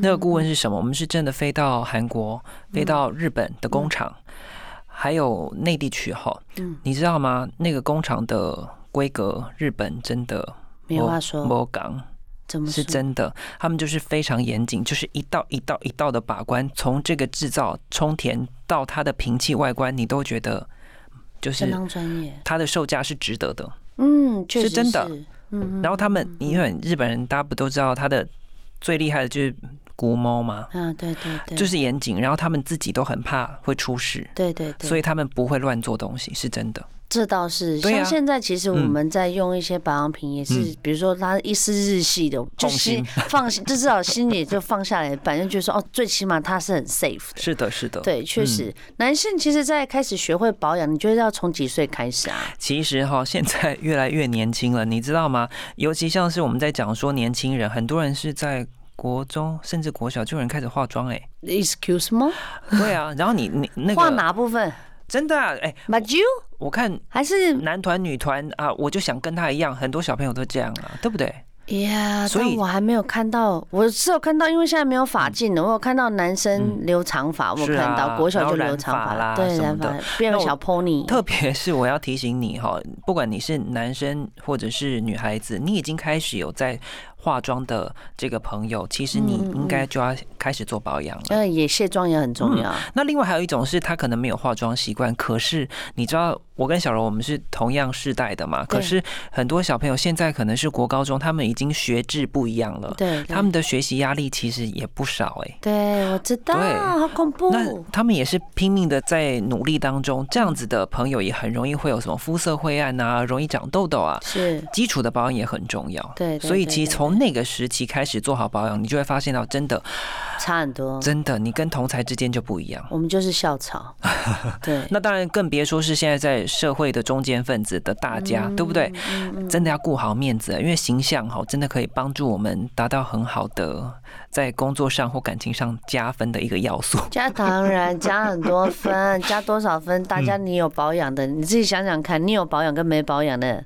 Speaker 2: 那个顾问是什么？我们是真的飞到韩国、飞到日本的工厂，还有内地去哈。
Speaker 1: 嗯
Speaker 2: 你知道吗？那个工厂的规格，日本真的
Speaker 1: 没话说，
Speaker 2: 摩港
Speaker 1: 怎么
Speaker 2: 哦是
Speaker 1: 说？
Speaker 2: 真的，他们就是非常严谨，就是一道一道一道的把关，从这个制造充填到它的瓶器外观，你都觉得就
Speaker 1: 相
Speaker 2: 是
Speaker 1: 当专业。
Speaker 2: 它的售价是值得的。
Speaker 1: 嗯，确实
Speaker 2: 是真的
Speaker 1: 是。嗯，
Speaker 2: 然后他们，因为日本人大家不都知道他的最厉害的就是古猫嘛，
Speaker 1: 嗯，啊对对对，
Speaker 2: 就是严谨，然后他们自己都很怕会出事，
Speaker 1: 对对对，
Speaker 2: 所以他们不会乱做东西，是真的。
Speaker 1: 这倒是。
Speaker 2: 对啊
Speaker 1: 像现在其实我
Speaker 2: 嗯
Speaker 1: 们在用一些保养品，也是
Speaker 2: 嗯
Speaker 1: 比如说它一丝日系的，就
Speaker 2: 放
Speaker 1: 心
Speaker 2: 心
Speaker 1: 放心，就至少心里就放下来，反正就说哦，最起码它是很 safe 的。
Speaker 2: 是的，是的。
Speaker 1: 对，确
Speaker 2: 嗯
Speaker 1: 实，男性其实，在开始学会保养，你觉得要从几岁开始啊？
Speaker 2: 其实哈，现在 越来越年轻了，你知道吗？尤其像是我们在讲说年轻人，很多人是在国中甚至国小就有人开始化妆哎、
Speaker 1: Excuse me，
Speaker 2: 对啊，然后你你那
Speaker 1: 画
Speaker 2: 个
Speaker 1: 哪部分
Speaker 2: 真的啊哎、
Speaker 1: m a j u
Speaker 2: 我看
Speaker 1: 还是
Speaker 2: 男团女团啊，我就想跟他一样，很多小朋友都这样啊，对不对？
Speaker 1: 嗯呀？
Speaker 2: 所以嗯
Speaker 1: 但我还没有看到，我是有看到，因为现在没有发镜了，我有看到男生留长发，我有
Speaker 2: 是啊
Speaker 1: 看到国小就留长发
Speaker 2: 然后染发啦
Speaker 1: 对，
Speaker 2: 什么
Speaker 1: 染发
Speaker 2: 的
Speaker 1: 变
Speaker 2: 那
Speaker 1: 成
Speaker 2: 我
Speaker 1: 小 pony，
Speaker 2: 特别是我要提醒你哈，不管你是男生或者是女孩子，你已经开始有在化妆的这个朋友，其实你
Speaker 1: 嗯嗯嗯
Speaker 2: 应该就要开始做保养了。
Speaker 1: 嗯，也卸妆也很重要，
Speaker 2: 那另外还有一种是他可能没有化妆习惯，可是你知道我跟小柔我们是同样世代的嘛？
Speaker 1: 对
Speaker 2: 可是很多小朋友现在可能是国高中，他们已经学制不一样了，
Speaker 1: 对，对
Speaker 2: 他们的学习压力其实也不少哎、
Speaker 1: 对我知道，
Speaker 2: 对
Speaker 1: 好恐怖，
Speaker 2: 那他们也是拼命的在努力当中，这样子的朋友也很容易会有什么肤色灰暗啊，容易长痘痘啊，
Speaker 1: 是，
Speaker 2: 基础的保养也很重要。
Speaker 1: 对，对
Speaker 2: 所以
Speaker 1: 对
Speaker 2: 其实
Speaker 1: 对
Speaker 2: 从那个时期开始做好保养，你就会发现到真的
Speaker 1: 差很多，
Speaker 2: 真的，你跟同才之间就不一样。
Speaker 1: 我们就是校草， 对，
Speaker 2: 那当然更别说是现在在社会的中间分子的大家，对不对？
Speaker 1: 嗯？嗯嗯
Speaker 2: 真的要顾好面子，因为形象哈，真的可以帮助我们达到很好的在工作上或感情上加分的一个要 素。
Speaker 1: 加当然加很多分，加多少分？大家
Speaker 2: 嗯
Speaker 1: 你有保养的，你自己想想看，你有保养跟没保养的，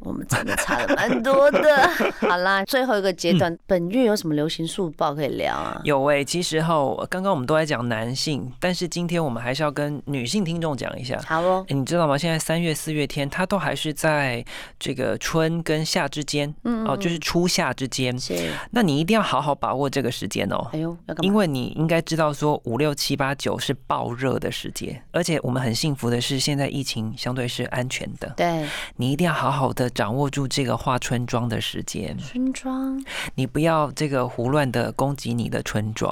Speaker 1: 我们真的差了蛮多的。 好啦，最后一个阶段，本月有什么流行速报可以聊啊？
Speaker 2: 嗯有诶、其实哈，刚刚我们都在讲男性，但是今天我们还是要跟女性听众讲一下。
Speaker 1: 好哦，
Speaker 2: 诶你知道吗？现在三月、四月天，它都还是在这个春跟夏之间，
Speaker 1: 嗯
Speaker 2: 哦，就是初夏之间。
Speaker 1: 是，
Speaker 2: 那你一定要好好把握这个时间哦。
Speaker 1: 哎呦，要干
Speaker 2: 因
Speaker 1: 嘛？
Speaker 2: 为你应该知道，说五六七八九是爆热的时节，而且我们很幸福的是，现在疫情相对是安全的。
Speaker 1: 对，
Speaker 2: 你一定要好好的掌握住这个化春妆的时间，
Speaker 1: 春装
Speaker 2: 你不要这个胡乱的攻击你的春妆。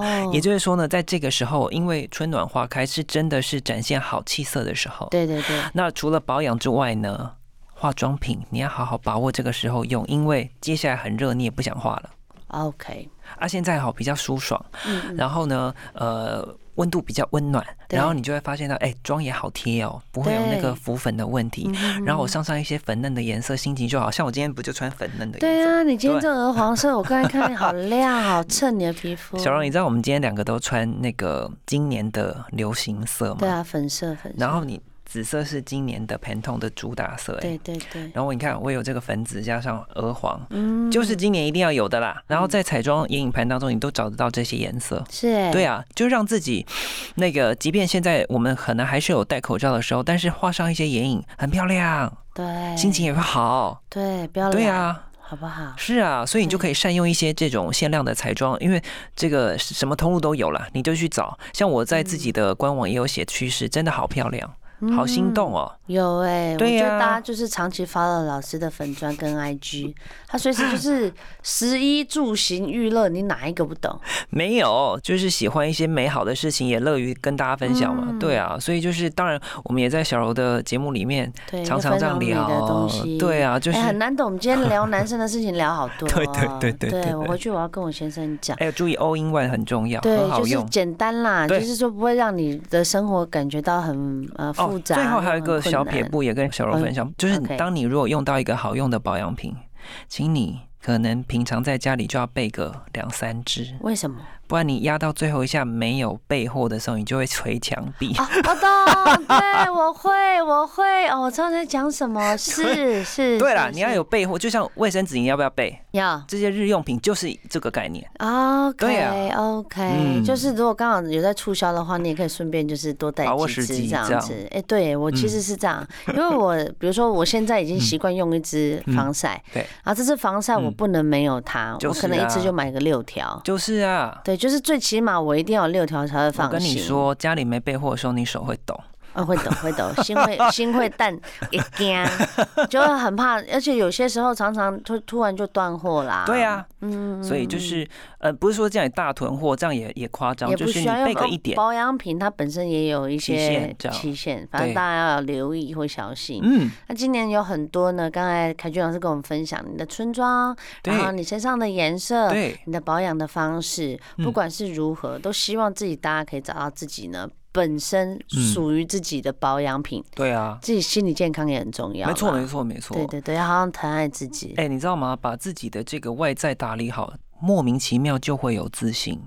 Speaker 1: 哦嗯
Speaker 2: 也就是说呢，在这个时候，因为春暖花开是真的是展现好气色的时候。
Speaker 1: 对对对，
Speaker 2: 那除了保养之外呢，化妆品你要好好把握这个时候用，因为接下来很热，你也不想化了。
Speaker 1: ，OK，
Speaker 2: 啊，现在好比较舒爽，
Speaker 1: 嗯嗯，
Speaker 2: 然后呢，呃，温度比较温暖，
Speaker 1: 对
Speaker 2: 然后你就会发现到，哎、妆也好贴哦，不会有那
Speaker 1: 对
Speaker 2: 个浮粉的问题。
Speaker 1: 嗯
Speaker 2: 然后我上上一些粉嫩的颜色，心情就好像我今天不就穿粉嫩的
Speaker 1: 对
Speaker 2: 颜色？
Speaker 1: 啊，你今天这个鹅黄色，我刚才看你好亮，好衬你的皮肤。
Speaker 2: 小荣，你知道我们今天两个都穿那个今年的流行色吗？
Speaker 1: 对啊，粉色粉色。
Speaker 2: 然后你紫色是今年的 Pantone 的主打色、哎。
Speaker 1: 对对对，
Speaker 2: 然后你看，我有这个粉紫加上鹅黄，
Speaker 1: 嗯，
Speaker 2: 就是今年一定要有的啦。然后在彩妆眼影盘当中，你都找得到这些颜色。
Speaker 1: 是哎，
Speaker 2: 对啊，就让自己那个，即便现在我们可能还是有戴口罩的时候，但是画上一些眼影，很漂亮，
Speaker 1: 对，
Speaker 2: 心情也会好。
Speaker 1: 对，不要
Speaker 2: 对
Speaker 1: 懒，
Speaker 2: 啊，
Speaker 1: 哎好不好？
Speaker 2: 是啊，所以你就可以善用一些这种限量的彩妆，因为这个什么通路都有啦，你就去找。像我在自己的官网也有写趋势，真的好漂亮，好心动哦。
Speaker 1: 嗯有哎、
Speaker 2: 对
Speaker 1: 我觉得
Speaker 2: 呀
Speaker 1: 大家就是长期 follow 老师的粉砖跟 IG，他随时就是食衣住行娱乐，你哪一个不懂？
Speaker 2: 没有，就是喜欢一些美好的事情，也乐于跟大家分享嘛。
Speaker 1: 嗯
Speaker 2: 对啊，所以就是当然，我们也在小柔的节目里面
Speaker 1: 对，
Speaker 2: 常
Speaker 1: 就
Speaker 2: 常
Speaker 1: 分
Speaker 2: 这样
Speaker 1: 享你
Speaker 2: 聊哦
Speaker 1: 的东西，。
Speaker 2: 对啊，就是
Speaker 1: 哎、很难懂。我们今天聊男生的事情聊好多、哦，
Speaker 2: 对对对对对对
Speaker 1: 我回去我要跟我先生讲，
Speaker 2: 还有哎注意 all in one 很重要，
Speaker 1: 对
Speaker 2: 很，好
Speaker 1: 就是
Speaker 2: 用。
Speaker 1: 简单啦，就
Speaker 2: 对哦
Speaker 1: 是说不会让你的生活感觉到很呃复杂、
Speaker 2: 最后还有一
Speaker 1: 很
Speaker 2: 个
Speaker 1: 困
Speaker 2: 小撇
Speaker 1: 难，
Speaker 2: 步也跟小柔分享，就是
Speaker 1: OK
Speaker 2: 当你如果用到一个好用的保养品，请你可能平常在家里就要备个两三支，
Speaker 1: 为什么？
Speaker 2: 不然你压到最后一下没有备货的时候，你就会捶墙壁。
Speaker 1: 哦，我懂，对，我会，我会，哦，我知道你在讲什么，是 是。
Speaker 2: 对啦，
Speaker 1: 是
Speaker 2: 你要有备货，就像卫生纸，你要不要备？
Speaker 1: 是要
Speaker 2: 这些日用品就是这个概念。对
Speaker 1: ，OK
Speaker 2: 啊
Speaker 1: OK，
Speaker 2: 嗯
Speaker 1: 就是如果刚好有在促销的话，你也可以顺便就是多带
Speaker 2: 把握
Speaker 1: 几
Speaker 2: 时
Speaker 1: 支
Speaker 2: 机
Speaker 1: 这
Speaker 2: 这
Speaker 1: 样
Speaker 2: 样嗯
Speaker 1: 子。哎，对我其实是这样，因为我比如说我现在已经习惯用一支防晒，
Speaker 2: 嗯对，
Speaker 1: 然后这支防晒我
Speaker 2: 嗯
Speaker 1: 不能没有它，
Speaker 2: 就
Speaker 1: 我可能
Speaker 2: 是
Speaker 1: 一
Speaker 2: 啊
Speaker 1: 支就买个六条。
Speaker 2: 就是啊，
Speaker 1: 对，就是最起码我一定要有六条才会
Speaker 2: 我
Speaker 1: 放心。
Speaker 2: 跟你说，家里没备货的时候，你手会抖。
Speaker 1: 啊，会抖会抖， 心会心会淡一惊，就会很怕，而且有些时候常常就突然就断货啦。
Speaker 2: 对啊，
Speaker 1: 嗯，嗯，
Speaker 2: 所以就
Speaker 1: 嗯
Speaker 2: 是呃，不是说这样也大囤货，这样也也夸张，
Speaker 1: 也
Speaker 2: 就
Speaker 1: 不
Speaker 2: 是
Speaker 1: 需
Speaker 2: 你
Speaker 1: 要因为
Speaker 2: 备个一点。
Speaker 1: 保养品，它本身也有一
Speaker 2: 期
Speaker 1: 些
Speaker 2: 限这样
Speaker 1: 期限，反正
Speaker 2: 对
Speaker 1: 大家要留意或小心。
Speaker 2: 嗯，
Speaker 1: 那今年有很多呢，刚才凯俊老师跟我们分享你的春装，
Speaker 2: 对
Speaker 1: 然后你身上的颜色，
Speaker 2: 对。
Speaker 1: 你的保养的方式，
Speaker 2: 嗯
Speaker 1: 不管是如何，都希望自己大家可以找到自己呢本身
Speaker 2: 嗯
Speaker 1: 属于自己的保养品，
Speaker 2: 对啊，
Speaker 1: 自己心理健康也很重要啦。
Speaker 2: 没错，没错，没错。哎
Speaker 1: 对对对，好像疼爱自己。
Speaker 2: 哎、你知道吗？把自己的这个外在打理好，莫名其妙就会有自信。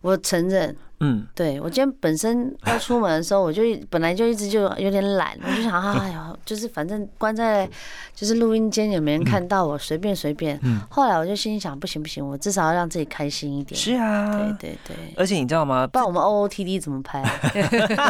Speaker 1: 我承认，
Speaker 2: 嗯，
Speaker 1: 对我今天本身要出门的时候，我就本来就一直就有点懒， 我就想，哎呦，就是反正关在就是录音间也没人看到我，随便随便。
Speaker 2: 嗯
Speaker 1: 后来我就心里想，不行不行，我至少要让自己开心一点。
Speaker 2: 是啊
Speaker 1: 对，对对，
Speaker 2: 而且你知道吗？
Speaker 1: 不然我们 O O T D 怎么拍？啊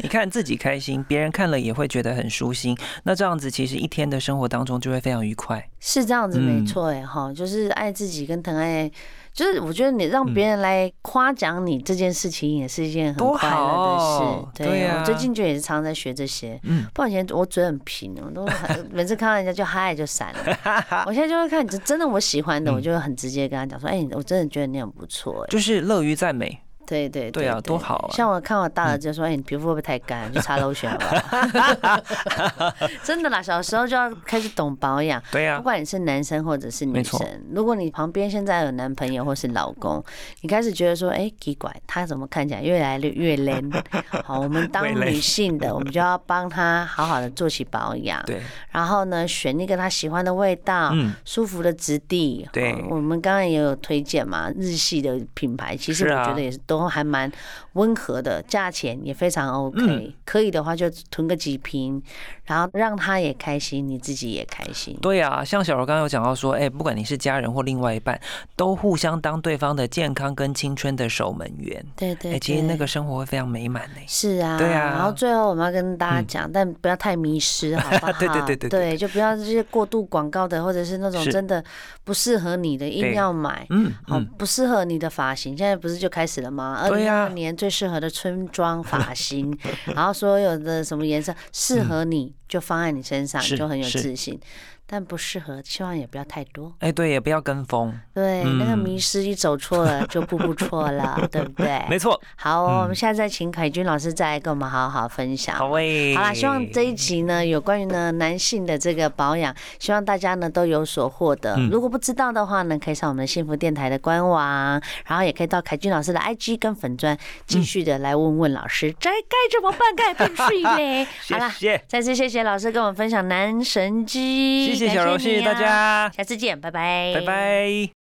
Speaker 2: 你看自己开心，别人看了也会觉得很舒心。那这样子，其实一天的生活当中就会非常愉快。
Speaker 1: 是这样子，没
Speaker 2: 嗯
Speaker 1: 错，哎哈，就是爱自己跟疼爱，就是我觉得你让别人来夸奖你这件事情，也是一件很
Speaker 2: 嗯多
Speaker 1: 快乐
Speaker 2: 好
Speaker 1: 的事。
Speaker 2: 对啊
Speaker 1: 我最近就也是常常在学这些。
Speaker 2: 嗯，
Speaker 1: 不然以前我嘴很平，我都很每次看到人家就嗨就闪 了。我现在就会看，真的我喜欢的，我就会很直接跟他讲说，哎、我真的觉得你很不错，哎，
Speaker 2: 嗯就是乐于赞美。
Speaker 1: 对对
Speaker 2: 对啊多好啊
Speaker 1: 像我看我大儿子就说，哎、你皮肤会不会太干？去擦 lotion 好不 好？ 真的啦，小时候就要开始懂保养。
Speaker 2: 对呀、
Speaker 1: 不管你是男生或者是女
Speaker 2: 啊没错
Speaker 1: 生，如果你旁边现在有男朋友或是老公，你开始觉得说，哎、奇怪，他怎么看起来越来越累？ 好，我们当
Speaker 2: 会累
Speaker 1: 女性 的，我们就要帮他好好的做起保养，
Speaker 2: 对，
Speaker 1: 然后呢，选一个他喜欢的味道。
Speaker 2: 嗯，
Speaker 1: 舒服的质地，
Speaker 2: 对
Speaker 1: 哦我们刚刚也有推荐嘛，日系的品牌，其实
Speaker 2: 是
Speaker 1: 我
Speaker 2: 啊
Speaker 1: 觉得也是都还蛮温和的，价钱也非常 OK，、可
Speaker 2: 嗯
Speaker 1: 以的话就囤个几瓶，然后让他也开心，你自己也开心。
Speaker 2: 对呀、像小柔刚刚有讲到说，哎、不管你是家人或另外一半，都互相当对方的健康跟青春的守门员。
Speaker 1: 对对
Speaker 2: 哎、
Speaker 1: 对，
Speaker 2: 其实那个生活会非常美满呢、
Speaker 1: 是啊，
Speaker 2: 对啊嗯
Speaker 1: 然后最后我们要跟大家讲，但不要太迷 失，好不好？
Speaker 2: 对对对对对
Speaker 1: 对，就不要这些过度广告的，或者是那种
Speaker 2: 是
Speaker 1: 真的不适合你的硬
Speaker 2: 对
Speaker 1: 要买。
Speaker 2: 嗯
Speaker 1: 哦
Speaker 2: 嗯，，
Speaker 1: 不适合你的发型，现在不是就开始了吗？二
Speaker 2: 对啊
Speaker 1: 零
Speaker 2: 呀
Speaker 1: 二年最适合的春装发 型，然后所有的什么颜色适合你就放在你身上，
Speaker 2: 嗯是
Speaker 1: 就很有
Speaker 2: 是
Speaker 1: 自信。但不适合，希望也不要太多。
Speaker 2: 哎、对，也不要跟风。
Speaker 1: 对，那个
Speaker 2: 嗯
Speaker 1: 迷失一走错了就步步错 了，对不对？
Speaker 2: 没错，
Speaker 1: 好哦、我们下次再请凯军老师再来跟我们好好分享。
Speaker 2: 嗯好喂、
Speaker 1: 好啦，希望这一集呢，有关于呢男性的这个保养，希望大家呢都有所获得。
Speaker 2: 嗯
Speaker 1: 如果不知道的话呢，可以上我们的幸福电台的官网，然后也可以到凯军老
Speaker 2: 嗯
Speaker 1: 师的 IG 跟粉砖继续的来问问老师，这该怎么办？该变睡嘞？好
Speaker 2: 谢
Speaker 1: 啦，
Speaker 2: 谢，
Speaker 1: 再次谢谢老师跟我们分享男神机，
Speaker 2: 谢谢小柔，
Speaker 1: 感
Speaker 2: 谢谢
Speaker 1: 你啊
Speaker 2: 大，家，
Speaker 1: 下次见，拜拜，
Speaker 2: 拜拜。